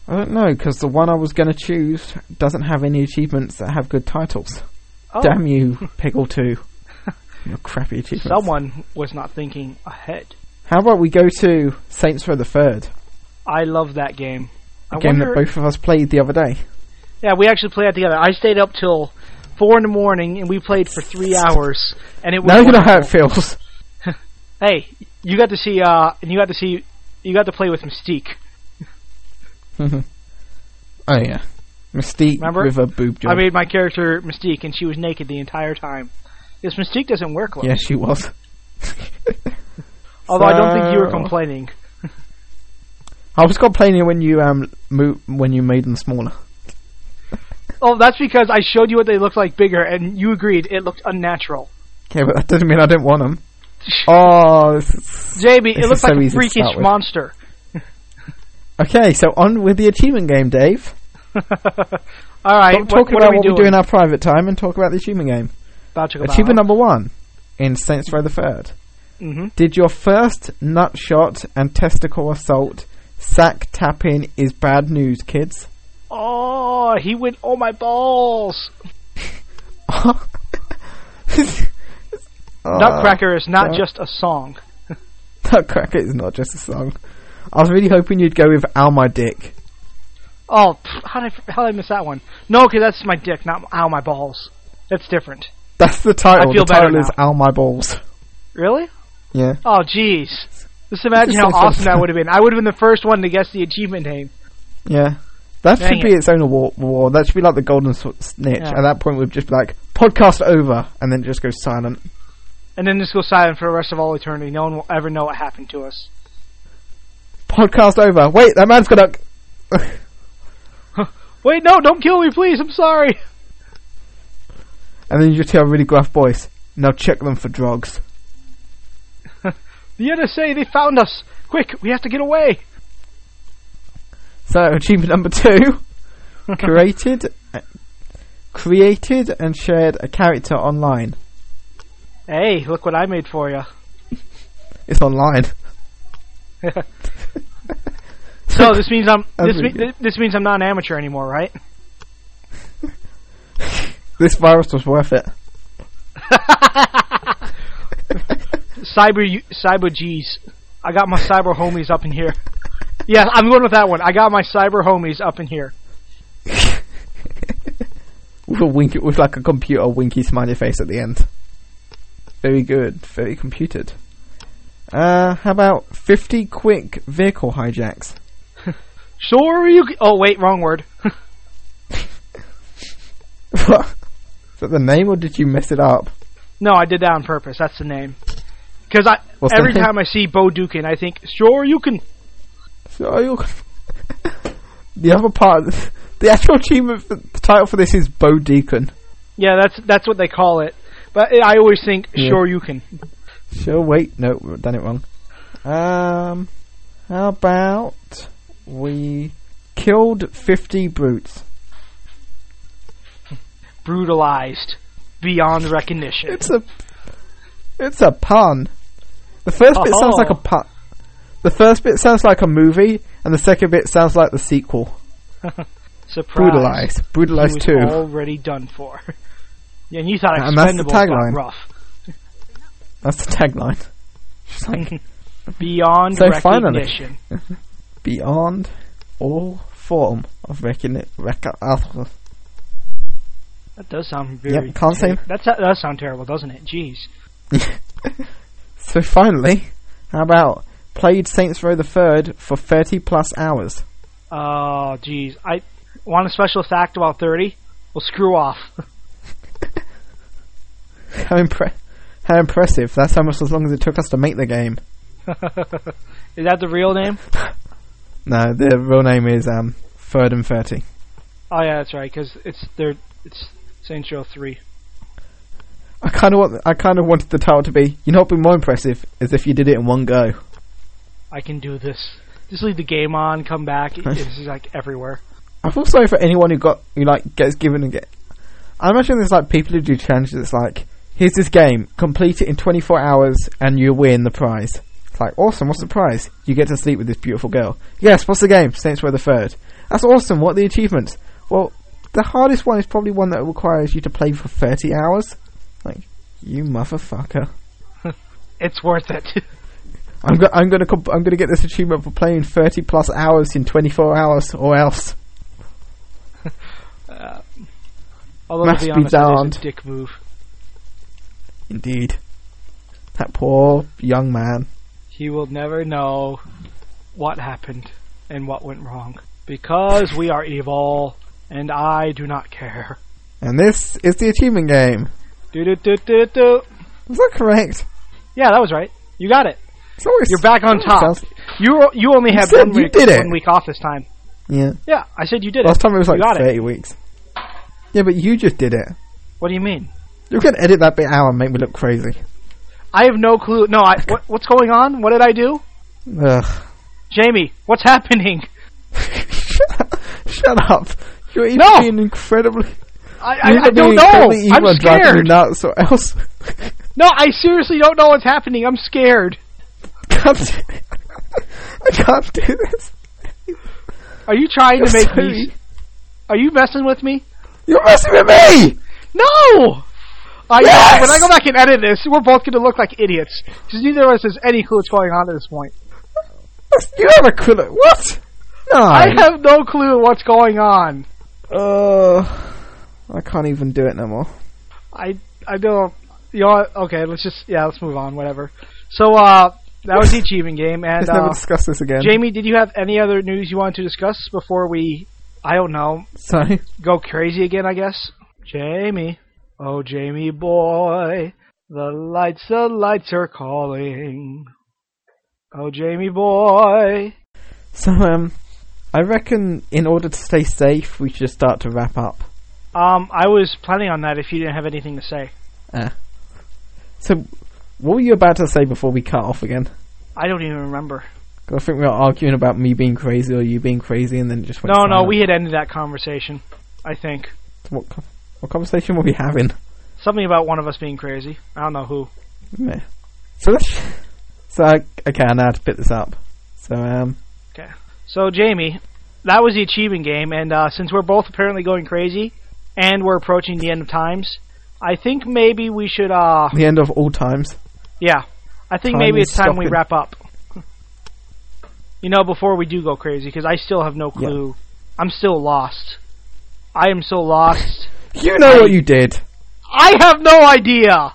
I don't know because the one I was going to choose doesn't have any achievements that have good titles. Oh, Damn you, Peggle Two! *laughs* Your crappy achievements. someone was not thinking ahead. How about we go to Saints Row the Third, I love that game. a I game wonder- that both of us played the other day. Yeah, we actually played that together. I stayed up till four in the morning, and we played for three hours. And it was Now you know wonderful. how it *laughs* feels. *laughs* Hey, you got to see, uh, and you got to see, you got to play with Mystique. Oh yeah, Mystique Remember? with a boob job. I made my character Mystique, and she was naked the entire time. Because Mystique doesn't wear clothes. yeah, she was. Although I don't think you were So- complaining. I was complaining when you um mo- when you made them smaller. Oh, that's because I showed you what they looked like bigger, and you agreed it looked unnatural. Okay, but that doesn't mean I don't want them. *laughs* Oh, this is- This JB, it is looked so like a easy to freakish start with. monster. *laughs* okay. So on with the achievement game, Dave. All right, Stop what, talking about what are we what doing? we do in our private time and talk about the achievement game. About to go Achievement number one in Saints Row the Third. hmm Did your first nut shot and testicle assault sack tapping is bad news, kids? *laughs* Oh, he went. Oh my balls! *laughs* Uh, Nutcracker is not yeah. just a song. Nutcracker is not just a song. I was really hoping you'd go with "Ow my dick." Oh, pff, how did I, how did I miss that one? No, because that's my dick, not ow my balls. That's different. That's the title. I feel the title better is "Ow my balls." Really? Yeah. Oh, jeez. Just imagine This how is so awesome that fun. would have been. I would have been the first one to guess the achievement name. Yeah. That Dang should be its own award. award. That should be like the golden sw- snitch. Yeah. At that point, we'd just be like, podcast over, and then just go silent. and then this goes silent for the rest of all eternity. No one will ever know what happened to us. Podcast over. Wait, that man's gonna. Wait, no, don't kill me, please. I'm sorry. And then you just hear a really gruff voice. Now check them for drugs. The NSA, they found us. Quick, we have to get away. So achievement number *laughs* two: created, created and shared a character online. Hey, look what I made for you. It's online. So this means I'm That's this, really me- this means I'm not an amateur anymore, right? This virus was worth it. Cyber u- cyber G's. I got my cyber homies up in here. Yeah, I'm going with that one. I got my cyber homies up in here. With a wink, with like a computer winky smiley face at the end. Very good. Very computed. Uh, how about fifty quick vehicle hijacks? *laughs* Sure you. G- oh wait, wrong word. What? Is that the name, or did you mess it up? No, I did that on purpose. That's the name. Because I What's every the name? time I see Bo Dukin, I think sure you can. So you *laughs* the other part, *laughs* the actual achievement, for, the title for this is Bo Deacon. Yeah, that's that's what they call it. But I always think Yeah. sure you can. So wait, no, we've done it wrong. Um, how about we killed fifty brutes? brutalized beyond recognition. It's a, it's a pun. The first bit sounds like a Oh. pun. The first bit sounds like a movie, and the second bit sounds like the sequel. Surprise. Brutalized, He brutalized was too. already done for. *laughs* Yeah, and you thought And that's the Expendables got tagline. rough. *laughs* That's the tagline. Just like Beyond So finally. recognition. beyond all form of recognition. Rec- uh, That does sound very. Yep, can't say. That's, that does sound terrible, doesn't it? Jeez. So finally, how about played Saints Row the Third for thirty plus hours? *laughs* Oh, jeez. I want a special fact about 30? Well, screw off. *laughs* How impre- how impressive! That's how much as long as it took us to make the game. Is that the real name? No, the real name is um Third and Thirty. Oh, yeah, that's right, because it's, their- it's Saints Row 3. I kind of want. I kind of wanted the title to be. You know, what would be more impressive is if you did it in one go. I can do this. Just leave the game on, come back. It- It's like everywhere. I feel sorry for anyone who got who like gets given and get. I imagine there's like people who do challenges. It's like, here's this game, complete it in 24 hours, and you win the prize. It's like awesome. What's the prize? You get to sleep with this beautiful girl. Yes. What's the game? Saints Row the Third. That's awesome. What are the achievements? Well, the hardest one is probably one that requires you to play for 30 hours. Like, you motherfucker. It's worth it. *laughs* I'm go- I'm gonna comp- I'm gonna get this achievement for playing 30 plus hours in 24 hours, or else. Uh, Although Must be to be honest, it is a darned. dick move. Indeed. That poor young man. He will never know what happened and what went wrong because we are evil, and I do not care. And this is the achievement game. Do do do do do. Is that correct? Yeah, that was right. You got it. It's always, You're back on it top. sounds- You you only had said one you week did it. one week off this time. yeah. Yeah, I said you did Last it. time it was You like got it. 30 weeks. Yeah, but you just did it. What do you mean? You can edit that bit out and make me look crazy. I have no clue. No, I what, what's going on? What did I do? Ugh. *laughs* Jamie, what's happening? Shut up. You're either No. being incredibly. I, I, you're I either don't being incredibly know. evil I'm and driving me scared. nuts or else. *laughs* No, I seriously don't know what's happening. I'm scared. *laughs* can't do- I can't do this. Are you trying to I'm make sorry. me? Are you messing with me? You're messing with me! No! I, Yes! When I go back and edit this, we're both going to look like idiots. Because neither of us has any clue what's going on at this point. That's- You have a clue. What? No. I have no clue what's going on. Ugh. Uh, I can't even do it no more. I I don't. You know, what? okay, let's just yeah, let's move on. Whatever. So uh, that was the achievement game, and Let's never uh, discuss this again. Jamie, did you have any other news you wanted to discuss before we? I don't know. Sorry. Go crazy again, I guess. Jamie, oh Jamie boy, The lights, the lights are calling. Oh, Jamie boy. *laughs* So, um, I reckon in order to stay safe, we should start to wrap up. Um, I was planning on that if you didn't have anything to say. So, what were you about to say before we cut off again? I don't even remember. 'Cause I think we were arguing about me being crazy or you being crazy, and then it just went. No, no, silent. we had ended that conversation. I think What, co- what conversation were we having? something about one of us being crazy. I don't know who. Yeah. So let's. So I, okay, I know how to pick this up. So um, So Jamie, that was the achievement game, and uh, since we're both apparently going crazy, and we're approaching the end of times, I think maybe we should. Uh, the end of all times. yeah, I think Time maybe is it's time we stopping. wrap up. You know, before we do go crazy, because I still have no clue. I'm still lost. I am so lost. You know what you did. I have no idea.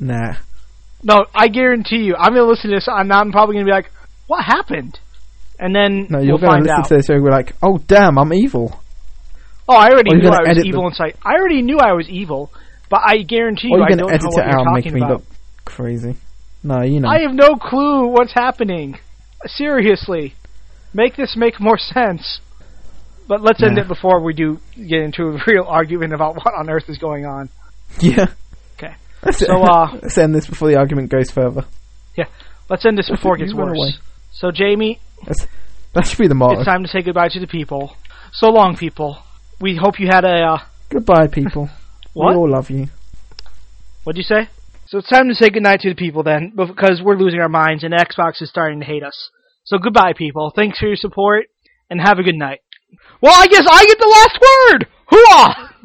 Nah. No, I guarantee you. I'm gonna listen to this, and I'm probably gonna be like, "What happened?" And then No, you're we'll going find to listen out. to this and we're like, oh damn, I'm evil. oh, I already or you're knew gonna I was edit evil the- inside. I already knew I was evil, but I guarantee Or you're you, I going to don't know edit what it you're out and make talking me about. look crazy. No, you know. I have no clue what's happening. Seriously, make this make more sense. But let's end Yeah. it before we do get into a *laughs* real argument about what on earth is going on. *laughs* yeah. Okay. Let's, So, uh, *laughs* let's end this before the argument goes further. Let's end this before it You gets run away. worse. So, Jamie, That should be the motto. it's time to say goodbye to the people. So long, people. We hope you had a uh, Goodbye, people. *laughs* what? We all love you. What'd you say? So it's time to say goodnight to the people then, because we're losing our minds and Xbox is starting to hate us. So goodbye, people. Thanks for your support, and have a good night. Well, I guess I get the last word! Hooah!